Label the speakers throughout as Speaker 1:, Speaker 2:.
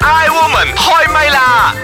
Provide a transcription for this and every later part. Speaker 1: Iwoman 開唛啦！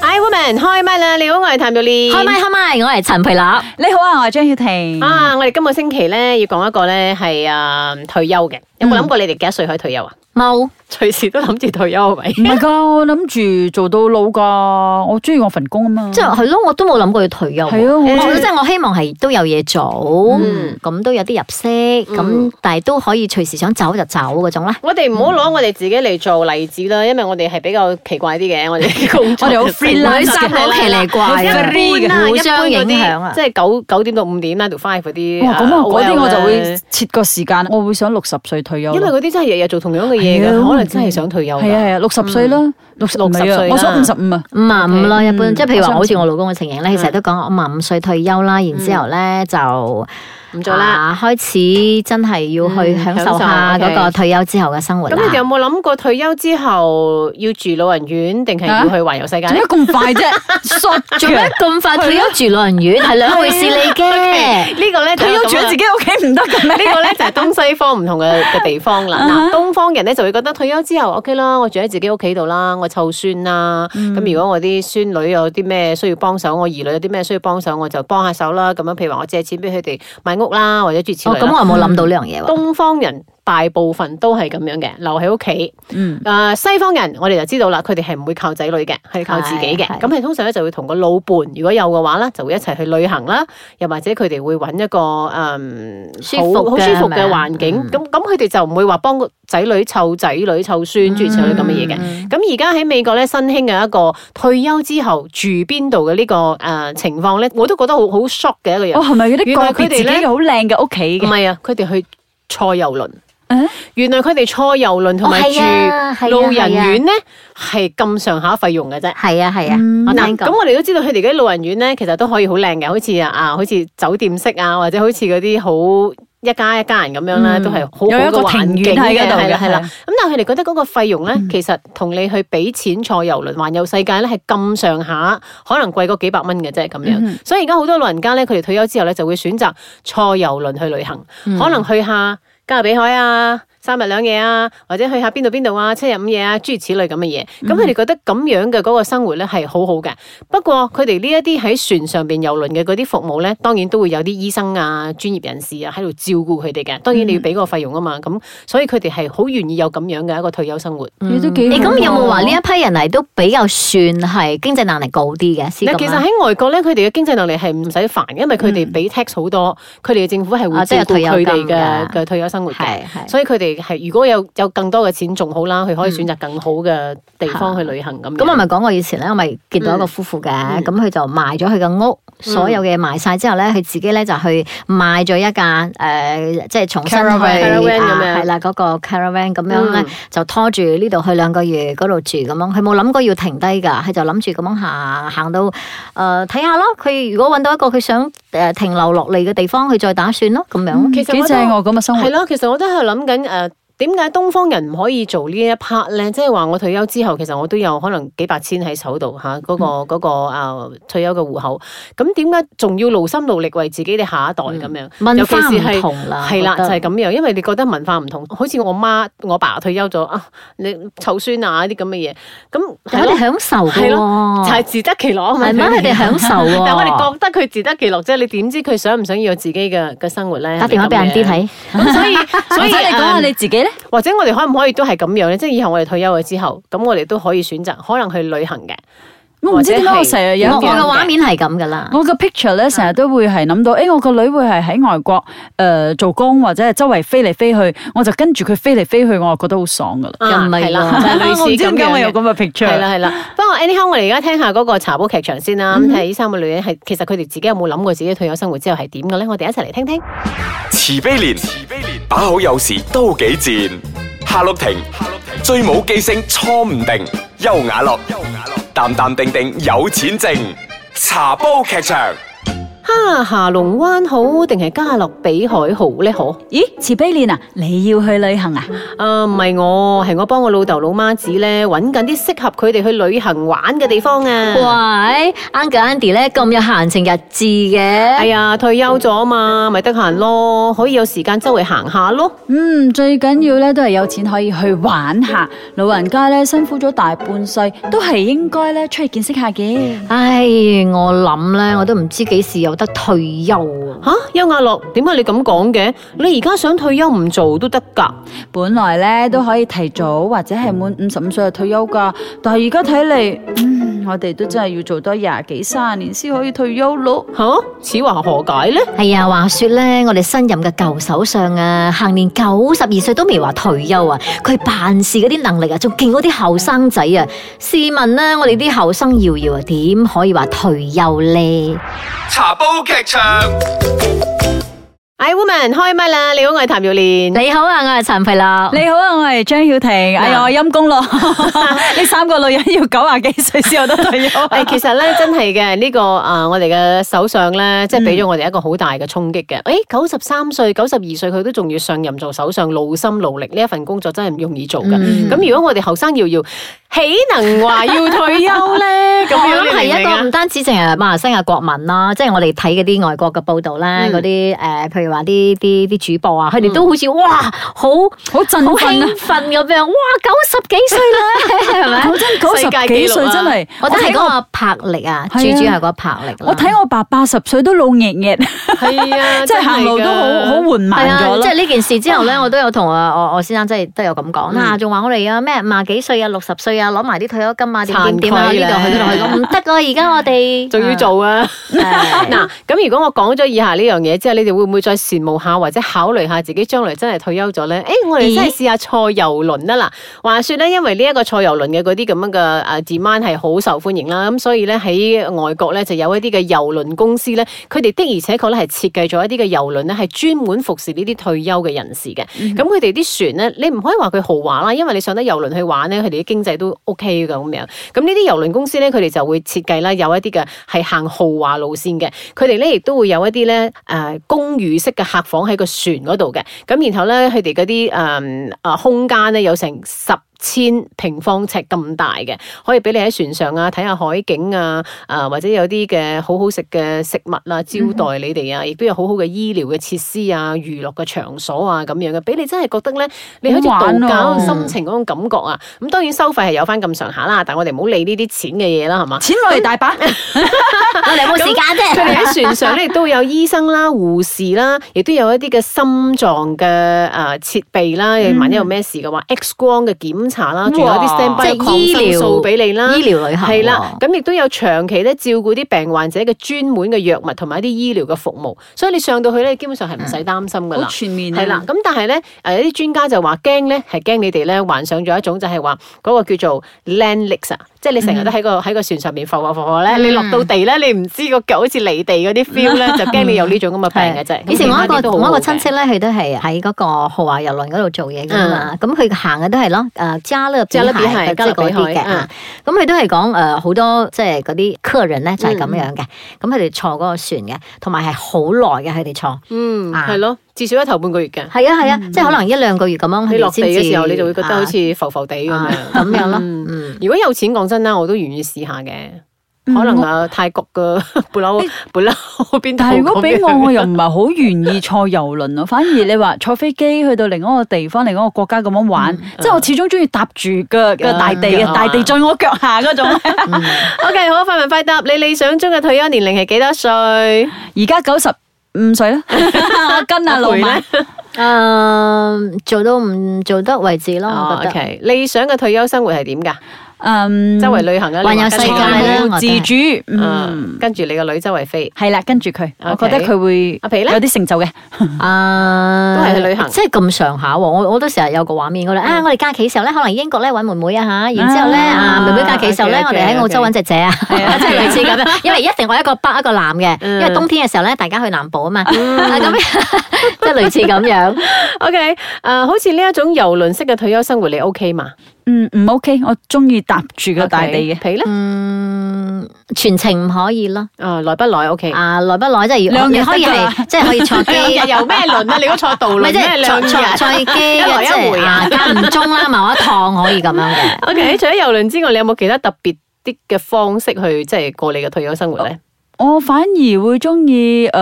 Speaker 2: I woman 開唛啦！你好，我係譚玉蓮。
Speaker 3: 開咪開咪，我係陳培立。
Speaker 4: 你好啊，我係張曉婷。
Speaker 2: 啊！我哋今個星期咧要講一個咧係啊退休嘅，有冇諗過你哋幾多歲可以退休啊？
Speaker 3: 冇，
Speaker 2: 隨時都諗住退休係咪？
Speaker 4: 唔係㗎，我諗住做到老㗎，我中意我份工啊嘛。
Speaker 3: 即係係咯，我都冇諗過要退休。
Speaker 4: 係啊我
Speaker 3: 我
Speaker 2: 覺得
Speaker 3: 即係我希望係都有嘢做，
Speaker 2: 嗯
Speaker 3: 咁都有啲入息，
Speaker 2: 嗯
Speaker 3: 咁但係都可以隨時想走就走啊嗰種啦。
Speaker 2: 我哋唔好攞我哋自己嚟做例子啦，因為我哋係比較奇怪啲嘅，我 哋工作
Speaker 4: 我哋好
Speaker 2: 嘅性格
Speaker 4: freelance
Speaker 3: 女生好奇嚟怪
Speaker 2: 一
Speaker 3: 啊，
Speaker 2: 般啦，
Speaker 3: 互
Speaker 2: 一般
Speaker 3: 相
Speaker 2: 嗰
Speaker 3: 影
Speaker 2: 啲
Speaker 3: 響啊
Speaker 2: 即。係九九點到五點 nine to five 嗰啲。
Speaker 4: 哇，咁
Speaker 2: 啊
Speaker 4: 我嗰啲
Speaker 2: OL
Speaker 4: 我就
Speaker 2: 咧
Speaker 4: 會設個時間，我會想六十歲退休咯。
Speaker 2: 因為嗰啲真係日日做同樣嘅嘢
Speaker 4: 係啊
Speaker 2: 㗎，可能真係想退休㗎。
Speaker 4: 係啊係啊，六十歲啦，六十
Speaker 2: 60歲啦
Speaker 4: 我想五十五啊。
Speaker 3: 五啊五啦，一般
Speaker 4: 嗯
Speaker 3: 即係譬如話，好
Speaker 4: 我相
Speaker 3: 似
Speaker 4: 信
Speaker 3: 我老公嘅情形
Speaker 2: 嗯
Speaker 3: 咧，佢成日都講我五十五歲退休啦，然之後咧就
Speaker 2: 唔做啦。
Speaker 3: 啊，開始真係要去
Speaker 2: 嗯
Speaker 3: 享
Speaker 2: 享
Speaker 3: 受下
Speaker 2: 受
Speaker 3: 嗰
Speaker 2: ，OK
Speaker 3: 個退休之後嘅生活
Speaker 2: 咁
Speaker 3: 啦
Speaker 2: 你哋有冇諗過退休之後要住老人院，定係要去環遊世界
Speaker 4: 做
Speaker 2: 咧
Speaker 4: 咩？咁快 啫？索
Speaker 3: 做咩咁快退休住老人院係兩回事嚟 嘅？
Speaker 2: 呢個咧就
Speaker 4: 退休
Speaker 2: 咁
Speaker 4: 住喺
Speaker 2: 啦
Speaker 4: 自己屋企唔得嘅咩？
Speaker 2: 呢個咧就係東西方唔同嘅嘅地方 啦。嗱，東方人咧就會覺得退休之後 OK 啦，我住喺自己屋企度啦，我湊孫啦。咁如果我啲孫女有啲咩需要幫手，我兒女有啲咩需要幫手，我就幫下手啦。咁樣譬如話我借錢俾佢哋買屋啦，或者住此
Speaker 3: 哦，
Speaker 2: 類
Speaker 3: 咁
Speaker 2: 啦。
Speaker 3: 我冇諗到呢樣嘢喎。
Speaker 2: 東方人大部分都係咁樣嘅，留喺屋企。
Speaker 4: 嗯，
Speaker 2: 誒、啊西方人我哋就知道啦，佢哋係唔會靠仔女嘅，係靠自己嘅。
Speaker 3: 係係
Speaker 2: 咁係通常咧就會同個老伴，如果有嘅話咧，就會一齊去旅行啦，又或者佢哋會揾一個誒、嗯
Speaker 3: 舒
Speaker 2: 好
Speaker 3: 服
Speaker 2: 好
Speaker 3: 嘅
Speaker 2: 舒服嘅
Speaker 3: 係咪
Speaker 2: 環境。
Speaker 3: 嗯
Speaker 2: 咁咁佢哋就唔會話幫個仔女湊仔女湊孫諸如此類咁嘅嘢嘅。
Speaker 3: 嗯
Speaker 2: 咁而家喺美國咧新興嘅一個退休之後住邊度嘅呢個誒、呃情況咧，我都覺得好好 shock 嘅一個人
Speaker 3: 哦
Speaker 4: 我。係咪有啲
Speaker 2: 原來
Speaker 4: 個
Speaker 2: 佢
Speaker 4: 別
Speaker 2: 哋
Speaker 4: 自己
Speaker 2: 咧
Speaker 4: 好靚嘅屋企
Speaker 2: 唔
Speaker 4: 嘅？
Speaker 2: 係啊，佢哋去坐遊輪。
Speaker 4: 嗯
Speaker 2: 原來佢哋坐遊輪同埋
Speaker 3: 啊哦係啊
Speaker 2: 住老人院咧，係咁上下費用嘅啫。
Speaker 3: 係啊係啊，
Speaker 4: 嗯
Speaker 3: 我
Speaker 2: 嗯嗱，
Speaker 3: 聽
Speaker 2: 咁
Speaker 3: 過。
Speaker 2: 我哋都知道佢哋嗰啲老人院咧，其實都可以好靚嘅，好似啊啊，好似酒店式啊，或者好似嗰啲好一家一家人咁樣啦，
Speaker 4: 嗯
Speaker 2: 都係好好
Speaker 4: 有
Speaker 2: 嘅
Speaker 4: 一個
Speaker 2: 環
Speaker 4: 庭
Speaker 2: 境
Speaker 4: 院喺
Speaker 2: 嘅，
Speaker 4: 嗰度
Speaker 2: 係
Speaker 4: 嘅
Speaker 2: 啦係啦
Speaker 4: 係。
Speaker 2: 咁但係佢哋覺得嗰個費用咧，其實同你去俾錢坐遊輪環遊世界咧，係咁上下，可能貴過幾百蚊嘅啫咁樣。
Speaker 4: 嗯
Speaker 2: 所以而家好多老人家咧，佢哋退休之後咧，就會選擇坐遊輪去旅行，可能去下加勒比海啊。三日兩夜啊，或者去下邊度邊度啊，七日五夜啊，諸如此類咁嘅嘢。咁佢哋覺得咁樣嘅嗰個生活咧係好好嘅。不過佢哋呢一啲喺船上邊遊輪嘅嗰啲服務咧，當然都會有啲醫生啊、專業人士啊喺度照顧佢哋嘅。當然你要俾嗰個費用啊嘛。咁所以佢哋係好願意有咁樣嘅一個退休生活。
Speaker 4: 你都幾
Speaker 3: 你
Speaker 4: 好
Speaker 2: 啊
Speaker 3: 咁有冇
Speaker 4: 喎
Speaker 3: 話呢一批人嚟都比較算係經濟能力高啲嘅？先
Speaker 2: 嗱，其
Speaker 3: 咁
Speaker 2: 實
Speaker 3: 啊嗯
Speaker 2: 喺外國咧，佢哋嘅經濟能力係唔使煩，因為佢哋俾 tax 好多，佢哋嘅政府係會
Speaker 3: 啊即
Speaker 2: 照
Speaker 3: 係有
Speaker 2: 顧佢
Speaker 3: 退休
Speaker 2: 哋嘅
Speaker 3: 金㗎
Speaker 2: 嘅退休生活嘅。
Speaker 3: 係係。
Speaker 2: 所以佢哋係如果有有更多嘅錢仲好啦，佢可以選擇更好嘅地方去旅行咁樣。
Speaker 3: 咁我咪講過以前咧，我咪見到一個夫婦嘅，
Speaker 2: 嗯
Speaker 3: 咁佢就賣咗佢嘅屋，所有嘅賣晒之後咧，佢自己咧就去買咗一架誒、呃即係重新去
Speaker 4: Caravan
Speaker 2: Caravan 咁樣
Speaker 3: 啊係啦嗰個 caravan 咁樣咧，
Speaker 2: 嗯
Speaker 3: 就拖住呢度去兩個月，嗰度住咁樣，佢冇諗過要停低㗎，佢就諗住咁樣行行到誒睇、下咯。佢如果揾到一個佢想誒、呃停留落嚟嘅地方，佢再打算咯咁樣。
Speaker 4: 嗯
Speaker 2: 其實我
Speaker 4: 幾
Speaker 2: 都
Speaker 4: 正我咁嘅生活
Speaker 2: 係。咯，其實我都喺度諗緊誒。呃點解東方人唔可以做呢一 part 咧？即係話我退休之後，其實我都有可能幾百千喺手度嚇，嗰、
Speaker 3: 嗯
Speaker 2: 個嗰、個啊退休嘅户口。咁點解仲要勞心勞力為自己嘅下一代咁樣？
Speaker 3: 文
Speaker 2: 尤其
Speaker 3: 化
Speaker 2: 是係
Speaker 3: 唔同啦，
Speaker 2: 係啦，
Speaker 3: 啊覺
Speaker 2: 就
Speaker 3: 得
Speaker 2: 係咁樣，因為你覺得文化唔同，好似我媽我爸退休咗啊，你湊孫啊啲咁嘅嘢，咁係
Speaker 3: 有
Speaker 2: 咯
Speaker 3: 哋，享受嘅
Speaker 2: 係就係
Speaker 3: 喎，
Speaker 2: 自得其樂啊嘛。
Speaker 3: 哦係咩？佢哋享受喎。
Speaker 2: 但係我哋覺得佢自得其樂啫，你點知佢想唔想要有自己嘅嘅生活咧？
Speaker 3: 打電話俾人啲
Speaker 2: 係咪咁嘅。
Speaker 3: 睇。
Speaker 2: 咁所以所
Speaker 4: 或
Speaker 2: 以嗯
Speaker 4: 者你講下你自己咧？
Speaker 2: 或者我哋可唔可以都係咁樣咧？即係以後我哋退休咗之後，咁我哋都可以選擇可能去旅行嘅。
Speaker 4: 我唔知點解我成日有
Speaker 3: 我
Speaker 4: 一
Speaker 3: 我
Speaker 4: 個
Speaker 3: 嘅畫面係咁噶啦，
Speaker 4: 我個 picture 咧，成日都會係諗到，誒、我個女會係喺外國誒、呃做工，或者係周圍飛嚟飛去，我就跟住佢飛嚟飛去，我就覺得好爽噶啦。
Speaker 3: 又唔係
Speaker 2: 啊係啦，
Speaker 3: 喎
Speaker 2: 就 係 類似
Speaker 4: 啊我唔知
Speaker 2: 咁
Speaker 4: 點解我有
Speaker 2: 樣嘅。
Speaker 4: 咁嘅 picture。
Speaker 2: 係啦係啦，不過 anyhow，我哋而家聽下嗰個茶煲劇場先啦。咁睇下呢三個女人係其實佢哋自己有冇諗過自己退休生活之後係點嘅咧？我哋一齊嚟聽聽。
Speaker 1: 慈悲蓮，慈悲蓮，把好有時都幾賤。夏綠庭，夏綠庭，最冇記性錯唔定。優雅樂，優雅樂，淡淡定定有錢剩。茶煲劇場。
Speaker 2: 啊，下龍灣好定係加勒比海好呢？可
Speaker 4: 咦，慈悲蓮啊，你要去旅行啊？
Speaker 2: 啊，唔係我，係我幫我老豆老媽子咧揾緊啲適合佢哋去旅行玩嘅地方啊！
Speaker 3: 喂，Uncle Andy 咧咁有閒情逸致
Speaker 2: 哎
Speaker 3: 嘅，
Speaker 2: 呀，退休咗啊嘛，咪得閒咯，可以有時間周圍行下咯。
Speaker 4: 嗯，最緊要咧都係有錢可以去玩下，老人家咧辛苦咗大半世，都係應該咧出去見識下嘅。
Speaker 3: 唉，我諗咧，我都唔知幾時有得退休啊！
Speaker 2: 吓、邱亞樂，點解你咁講嘅？你而家想退休唔做都得㗎。
Speaker 4: 本來咧都可以提早或者係滿五十五歲就退休噶，但係而家睇嚟，嗯，我哋都真係要做多廿幾三十年先可以退休咯。
Speaker 2: 吓、此話何解呢？
Speaker 3: 哎呀，話說咧，我哋新任嘅舊首相啊，行年九十二歲都未話退休啊，佢辦事嗰啲能力啊，仲勁過啲後生仔啊！試問咧，我哋啲後生搖搖啊，點可以話退休咧？
Speaker 1: 茶煲劇場。
Speaker 2: 哎，woman 開咪啦！你好，我係譚耀蓮。
Speaker 3: 你好啊，我係陳肥樂。
Speaker 4: 你好啊，我係張曉婷。哎呀，我陰公 咯，呢三個女人要九啊幾歲先有得退休啊。
Speaker 2: 誒，其實咧真係嘅呢個啊，我哋嘅首相咧，即係俾咗我哋一個好大嘅衝擊嘅。誒、九十三歲、九十二歲，佢都仲要上任做首相，勞心勞力呢一份工作真係唔容易做嘅。
Speaker 3: 嗯
Speaker 2: 咁、如果我哋後生搖搖，豈能話要退休咧？咁
Speaker 3: 我
Speaker 2: 樣
Speaker 3: 諗哦係
Speaker 2: 你
Speaker 3: 一
Speaker 2: 明唔明啊
Speaker 3: 個唔單止淨係馬來西亞國民啦，即係我哋睇嗰啲外國嘅報道啦，
Speaker 2: 嗯
Speaker 3: 嗰啲誒，譬如話啲啲啲主播啊，佢哋都好似哇，好
Speaker 4: 好振
Speaker 3: 好
Speaker 4: 奮啊
Speaker 3: 興！奮咁樣，哇，九十幾歲啦，係咪
Speaker 4: 講？真，九
Speaker 2: 世界
Speaker 4: 十
Speaker 2: 紀
Speaker 4: 幾
Speaker 2: 錄
Speaker 4: 歲
Speaker 2: 啊
Speaker 4: 真係，
Speaker 3: 我覺得係
Speaker 4: 睇
Speaker 3: 嗰個魄力啊，
Speaker 4: 係啊
Speaker 3: 最主要係嗰個魄力啦。
Speaker 4: 我睇我爸八十歲都老熱 熱，
Speaker 2: 係啊，
Speaker 4: 即係行路都好好緩慢
Speaker 3: 係
Speaker 4: 咗
Speaker 3: 啊，
Speaker 4: 咯
Speaker 3: 即係。呢件事之後咧，我都有同啊我我先生真係都有咁講
Speaker 4: 嗯
Speaker 3: 啊，仲話我哋啊咩五啊幾歲啊六十歲啊攞埋啲退休金啊點
Speaker 2: 慚
Speaker 3: 點點啊呢
Speaker 2: 愧
Speaker 3: 度去嗰度去咁
Speaker 2: 咧
Speaker 3: 唔得啊！而家 我哋
Speaker 2: 仲要做啊！
Speaker 3: 係
Speaker 2: 嗱，咁如果我講咗以下呢樣嘢之後，你哋會唔會再羨慕下或者考慮下自己將來真係退休咗咧？誒、我哋真係試下坐遊輪啦！嗱，話說咧，因為呢一個坐遊輪嘅嗰啲咁樣嘅誒 demand 係好受歡迎啦，咁所以咧喺外國咧就有一啲嘅遊輪公司咧，佢哋的而且確咧係設計咗一啲嘅遊輪咧係專門服侍呢啲退休嘅人士嘅。咁佢哋啲船咧，你唔可以話佢豪華啦，因為你上得遊輪去玩咧，佢哋啲經濟都 OK 㗎咁樣。咁呢啲遊輪公司咧，佢哋就會設計啦，有一啲嘅係行豪華路線嘅，佢哋咧亦都會有一啲咧誒公寓式嘅客房喺個船嗰度嘅，咁然後咧佢哋嗰啲誒啊空間咧有成十。千平方尺咁大嘅，可以俾你喺船上啊，睇下海景啊，啊或者有啲嘅好好食嘅食物啊，招待
Speaker 4: 嗯
Speaker 2: 你哋啊，亦都有好好嘅醫療嘅設施啊，娛樂嘅場所啊咁樣嘅，俾你真係覺得咧，你好似
Speaker 4: 好玩
Speaker 2: 度假
Speaker 4: 啊
Speaker 2: 嘅心情嗰種感覺啊！咁當然收費係有翻咁上下啦，但我哋唔好理呢啲錢嘅嘢啦，係嘛？
Speaker 4: 錢我哋大 把，
Speaker 3: 我哋冇時間 啫。
Speaker 2: 佢哋喺船上咧，亦都有醫生啦、護士啦，亦都有一啲嘅心臟嘅誒設備啦。萬一有咩事嘅話，X 光嘅檢查啦，仲有啲
Speaker 4: 哇
Speaker 2: standby
Speaker 3: 嗯即
Speaker 2: 嘅
Speaker 3: 係
Speaker 2: 抗
Speaker 3: 醫
Speaker 2: 生
Speaker 3: 療
Speaker 2: 素俾你啦。
Speaker 3: 醫療旅行喎
Speaker 2: 係啦，咁亦都有長期咧照顧啲病患者嘅專門嘅藥物同埋一啲醫療嘅服務，所以你上到去咧，基本上係唔使擔心㗎
Speaker 4: 好
Speaker 2: 啦。
Speaker 4: 全面啊
Speaker 2: 係
Speaker 3: 嗯
Speaker 2: 啦，咁但係咧，誒有啲專家就話驚咧，係驚你哋咧幻想咗一種就係話嗰個叫做 land legs 啊，即係你成日
Speaker 3: 嗯
Speaker 2: 都喺個喺個船上面浮浮浮浮咧，你落到地咧，你唔知個腳好似離地嗰啲 feel 咧，就驚你有呢種咁嘅病嘅啫。咁
Speaker 3: 嗯以前我一
Speaker 2: 其他啲
Speaker 3: 個
Speaker 2: 都好
Speaker 3: 我一
Speaker 2: 好
Speaker 3: 個
Speaker 2: 嘅
Speaker 3: 親戚咧，佢都係喺嗰個豪華遊輪嗰度做嘢噶嘛，咁佢行嘅都係咯，誒加勒比
Speaker 2: 嗯加勒比海
Speaker 3: 海即係嗰
Speaker 2: 加勒
Speaker 3: 啲
Speaker 2: 比
Speaker 3: 嘅
Speaker 2: 海嗯
Speaker 3: 啊，咁佢都係講誒好多即係嗰啲客人咧就係咁樣
Speaker 2: 嗯
Speaker 3: 嘅，咁佢哋坐嗰個船嘅，同埋係好耐嘅佢哋坐，
Speaker 2: 嗯，
Speaker 3: 啊
Speaker 2: 係咯，至少一頭半個月嘅，
Speaker 3: 係啊係啊，即係可能一兩個月咁樣，
Speaker 2: 嗯你
Speaker 3: 佢
Speaker 2: 落
Speaker 3: 哋
Speaker 2: 地
Speaker 3: 先至
Speaker 2: 嘅時候你就會覺得好
Speaker 3: 啊
Speaker 2: 似浮浮地咁
Speaker 3: 啊
Speaker 2: 樣。
Speaker 3: 咁樣咯，
Speaker 2: 嗯
Speaker 3: 嗯。
Speaker 2: 如果有錢講真啦，我都願意試下嘅。可能啊，泰國 嘅布拉布拉邊度
Speaker 4: 但係如果俾我，
Speaker 2: 咁樣
Speaker 4: 我又唔係好願意坐遊輪啊。 反而你話坐飛機去到另一個地方、另一個國家咁樣玩，即係我始終中意踏住個個大地
Speaker 2: 嗯
Speaker 4: 嘅，大地在我腳下嗰種。
Speaker 2: OK，好，快問快答，你理想中嘅退休年齡係幾多歲？
Speaker 4: 而家九十五 歲啦，跟阿老
Speaker 2: 陪
Speaker 4: 馬
Speaker 2: 咧。
Speaker 3: 誒嗯做到唔做得為止咯，
Speaker 2: 哦
Speaker 3: 我覺得。
Speaker 2: ，OK，理想嘅退休生活係點㗎？
Speaker 4: 嗯，
Speaker 2: 周圍旅行啊，
Speaker 3: 環
Speaker 2: 你話
Speaker 3: 遊
Speaker 2: 跟
Speaker 3: 世
Speaker 2: 住
Speaker 3: 界啦
Speaker 4: 財務
Speaker 3: 我覺得
Speaker 4: 自主，
Speaker 2: 嗯
Speaker 4: 嗯，，
Speaker 2: 跟住你個女周圍飛，
Speaker 4: 係啦，跟住佢，我
Speaker 2: OK
Speaker 4: 覺得佢會
Speaker 2: 阿皮呢
Speaker 4: 有啲成就嘅。
Speaker 3: 啊，
Speaker 2: 都係去旅行嗯
Speaker 3: 即係咁上下喎。我我都成日有個畫面，我哋啊，我哋假期嘅時候咧，可能英國咧揾妹妹啊嚇，然之後咧啊，妹妹假期嘅時候咧，我
Speaker 2: OK，OK，
Speaker 3: 哋喺澳洲揾姐姐啊， 即
Speaker 4: 啊
Speaker 3: 係類似咁樣。因為一定我一個北一個南嘅，因
Speaker 2: 嗯
Speaker 3: 為冬天嘅時候咧，大家去南部啊嘛，啊咁即係類似咁樣。
Speaker 2: 啊 OK，誒，好似呢一種遊輪式嘅退休生活，你 OK 嘛？
Speaker 4: 嗯，唔 OK，我中意搭住個大地嘅。
Speaker 2: 皮咧，
Speaker 3: 嗯，全程唔可以咯。
Speaker 2: 啊來不來 O K。
Speaker 3: 嗯啊，耐不耐即係要
Speaker 4: 兩日
Speaker 3: 你可以
Speaker 4: 得㗎啦
Speaker 3: 係即係可以坐 機。
Speaker 2: 兩日又咩輪啊？你嗰坐渡
Speaker 3: 唔
Speaker 2: 輪啊
Speaker 3: 係即
Speaker 2: 咩
Speaker 3: 係
Speaker 2: 兩
Speaker 3: 坐坐
Speaker 2: 日
Speaker 3: 坐機
Speaker 2: 一來
Speaker 3: 嘅，
Speaker 2: 一
Speaker 3: 即
Speaker 2: 回
Speaker 3: 係
Speaker 2: 啊
Speaker 3: 啊間唔中啦，某一趟可以咁樣嘅。
Speaker 2: ？O K，除咗遊輪之外，你有冇其他特別啲嘅方式去即係過你嘅退休生活
Speaker 3: 哦
Speaker 2: 咧？
Speaker 4: 我反而會中意誒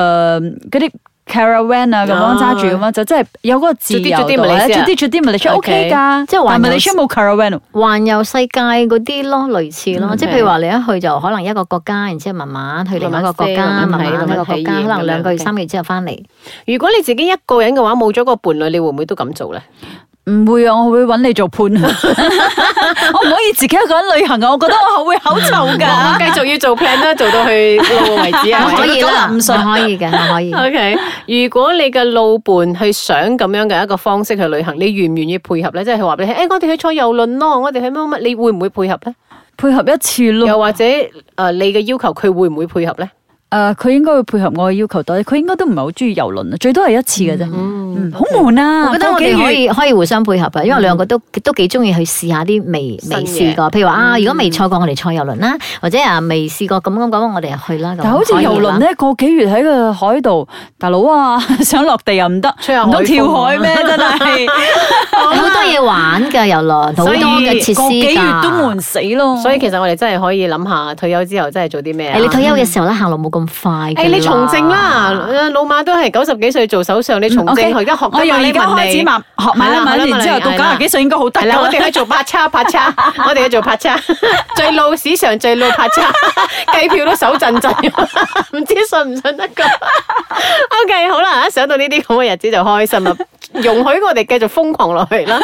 Speaker 4: 嗰啲 caravan 啊咁
Speaker 2: 啊
Speaker 4: 樣揸住咁樣，就真係有嗰個自由
Speaker 2: 做啲
Speaker 4: 度
Speaker 2: 做啲
Speaker 4: 咧，
Speaker 2: Malaysia
Speaker 4: 做啲做啲
Speaker 2: OK
Speaker 4: Malaysia OK 㗎，
Speaker 3: 即係環
Speaker 4: 但
Speaker 3: 遊
Speaker 4: Malaysia 冇 caravan 喎
Speaker 3: 環遊世界嗰啲咯，類似咯，
Speaker 2: 嗯
Speaker 3: 即係譬如話你一去就可能一個國家，然之後慢慢去另外一個國家，
Speaker 2: 慢慢
Speaker 3: 慢
Speaker 2: 飛
Speaker 3: 慢一個國
Speaker 2: 慢慢體
Speaker 3: 家，
Speaker 2: 驗
Speaker 3: 可能兩個
Speaker 2: 咁
Speaker 3: 月、
Speaker 2: 樣
Speaker 3: 三個月之後翻嚟。
Speaker 2: 如果你自己一個人嘅話，冇咗個伴侶，你會唔會都咁做咧？
Speaker 4: 唔會啊，我會揾你做 伴， 我唔可以自己一個人旅行啊，我覺得我會口臭
Speaker 2: 我
Speaker 4: 㗎。
Speaker 2: 繼續要做 plan 啦，做到去路為止 啊！
Speaker 3: 我可以啦，
Speaker 4: 做到
Speaker 3: 唔
Speaker 4: 咁上
Speaker 3: 可以嘅，我可以。
Speaker 2: O K，如果你嘅路伴去想咁樣嘅一個方式去旅行，你願唔願意配合咧？即係佢話俾你聽，誒，我哋去坐遊輪咯，我哋去乜乜，你會唔會配合咧？
Speaker 4: 配合一次咯，
Speaker 2: 又或者誒、呃你嘅要求佢會唔會配合咧？
Speaker 4: 誒呃佢應該會配合我嘅要求多啲，佢應該都唔係好中意遊輪啊，最多係一次嘅啫，嗯好悶啊！
Speaker 3: 我覺得我哋
Speaker 4: 個幾
Speaker 3: 可
Speaker 4: 月
Speaker 3: 以可以互相配合啊，因為兩個都都幾中意去試下啲未
Speaker 2: 新嘢
Speaker 3: 未試過，譬如話啊，如果未坐過我哋坐遊輪啦，或者啊未試過咁咁咁，我哋就去啦。咁
Speaker 4: 但好似
Speaker 3: 可以
Speaker 4: 遊輪
Speaker 3: 啦，
Speaker 4: 咧，個幾月喺個海度，大佬啊， 想落地又唔得，
Speaker 2: 吹下海
Speaker 4: 唔
Speaker 2: 風
Speaker 4: 通
Speaker 2: 啊
Speaker 4: 跳海咩？真係
Speaker 3: 好多嘢玩㗎遊輪，好多
Speaker 2: 所以
Speaker 3: 嘅設施
Speaker 4: 哎個幾月
Speaker 3: 㗎
Speaker 4: 都悶死咯。
Speaker 2: 所以其實我哋真係可以諗下退休之後真係做啲咩啊
Speaker 3: 誒，你退休嘅時候咧，行路冇咁快。
Speaker 2: 誒你從政啦，，老馬都係九十幾歲做首相，你從政，
Speaker 4: OK，
Speaker 2: 佢而家學
Speaker 4: 我
Speaker 2: 緊
Speaker 4: 由
Speaker 2: 馬
Speaker 4: 而
Speaker 2: 來
Speaker 4: 家
Speaker 2: 文
Speaker 4: 開始
Speaker 2: 理
Speaker 4: 慢學埋啦，
Speaker 2: 係啦
Speaker 4: 文然
Speaker 2: 係
Speaker 4: 之後
Speaker 2: 啦
Speaker 4: 到九十幾歲應該好啊得
Speaker 2: 係啦，我
Speaker 4: 啦。
Speaker 2: 哋去做拍叉拍 叉，我哋去做拍叉，最老史上最老拍 叉，計票都手震 震，唔知信唔信得 過。OK，好啦，一想到呢啲咁嘅日子就開心啦，容許我哋繼續瘋狂落去啦。